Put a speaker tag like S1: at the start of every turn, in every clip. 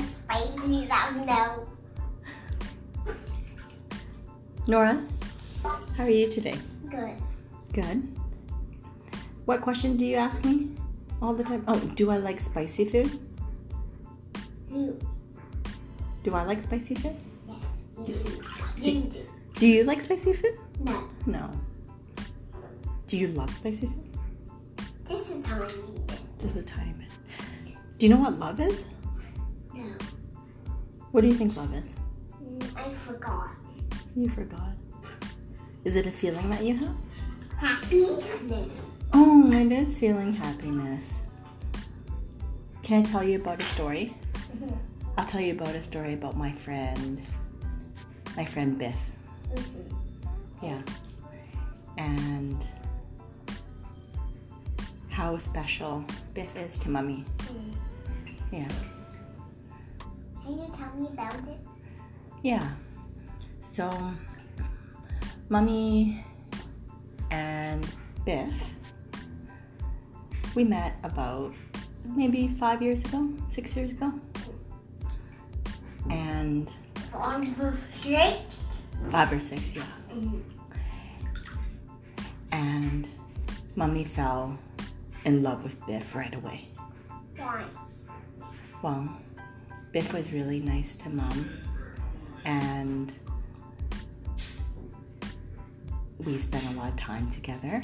S1: spicy sourdough.
S2: Nora, how are you today?
S1: Good.
S2: Good. What question do you ask me all the time? Oh, do I like spicy food?
S1: You.
S2: Do I like spicy food?
S1: Yes. You. You do.
S2: Do you like spicy food?
S1: No.
S2: No. Do you love spicy food?
S1: This is tiny.
S2: Just a tiny bit. Do you know what love is?
S1: No.
S2: What do you think love is?
S1: Mm, I forgot.
S2: You forgot. Is it a feeling that you have?
S1: Happiness.
S2: Oh, it is feeling happiness. Can I tell you about a story?
S1: Mhm.
S2: I'll tell you about a story about my friend, my friend Biff.
S1: Mhm.
S2: Yeah. And how special Biff is to Mummy.
S1: Mm.
S2: Yeah.
S1: Can you tell me about it?
S2: Yeah. So, Mummy and Biff, we met about maybe five years ago, six years ago. And
S1: On the street?
S2: five or six, yeah.
S1: Mm.
S2: And Mummy fell in love with Biff right away.
S1: Why?
S2: Well, Biff was really nice to mom, and we spent a lot of time together.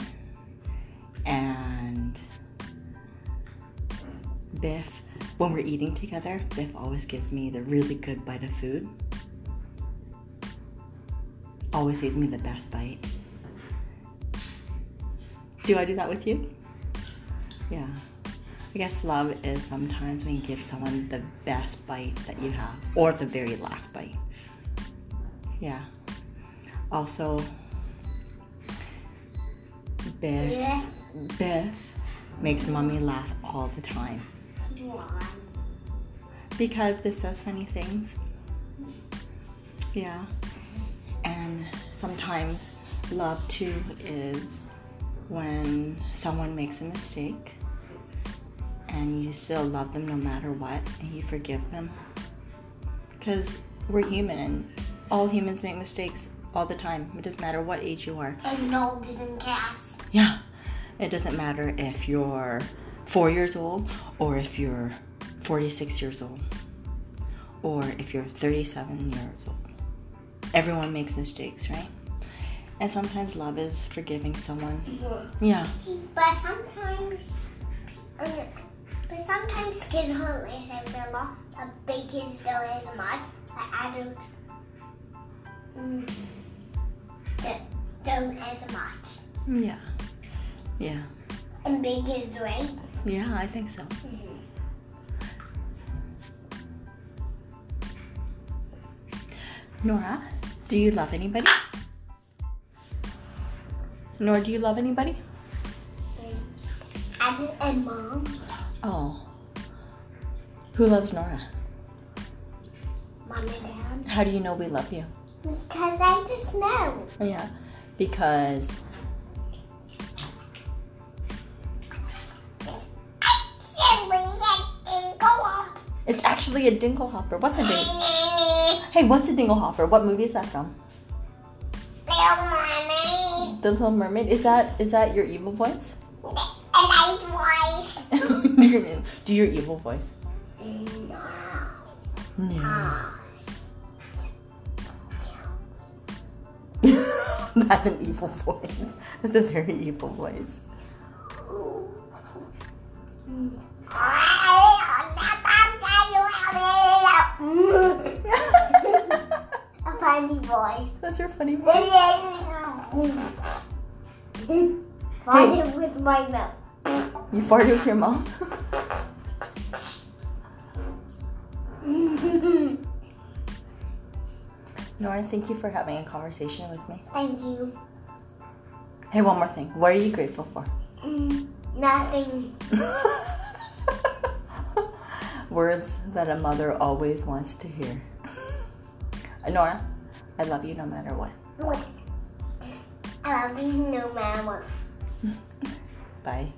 S2: And Biff, when we're eating together, Biff always gives me the really good bite of food. Always gives me the best bite. Do I do that with you? Yeah. I guess love is sometimes when you give someone the best bite that you have, or the very last bite. Yeah. Also, Biff,
S1: Yeah.
S2: Biff makes mommy laugh all the time
S1: Why?
S2: because Biff says funny things. Yeah. And sometimes love too is when someone makes a mistake and you still love them no matter what and you forgive them. Because we're human and all humans make mistakes all the time. It doesn't matter what age you are.
S1: And dogs and cats.
S2: Yeah. It doesn't matter if you're four years old or if you're 46 years old or if you're 37 years old. Everyone makes mistakes, right? And sometimes love is forgiving someone. Yeah.
S1: But sometimes, um, but sometimes kids don't listen to law. But big kids don't listen much. But adults mm, don't, don't listen much.
S2: Yeah. Yeah.
S1: And big mm-hmm, kids, right?
S2: Yeah, I think so. Nora, do you love anybody? Nora, do you love anybody?
S1: Adult mm-hmm. and mom,
S2: Oh. Who loves Nora?
S1: mom and dad.
S2: How do you know we love you?
S1: Because I just know.
S2: Yeah, because
S1: Should we get bingo up?
S2: it's actually a dingle hopper. What's a dingle? Hey, what's a dingle hopper? What movie is that from?
S1: Little mermaid.
S2: The Little Mermaid. Is that is that your evil voice?
S1: And I voice.
S2: Do your evil voice.
S1: No.
S2: No. That's an evil voice. That's a very evil voice.
S1: A funny voice.
S2: That's your funny voice.
S1: Farted with my mouth.
S2: You farted with your mom. Nora, thank you for having a conversation with me.
S1: Thank you.
S2: Hey, one more thing. What are you grateful for?
S1: Mm, Nothing.
S2: Words that a mother always wants to hear. Nora, I love you no matter what.
S1: I love you no matter what.
S2: Bye.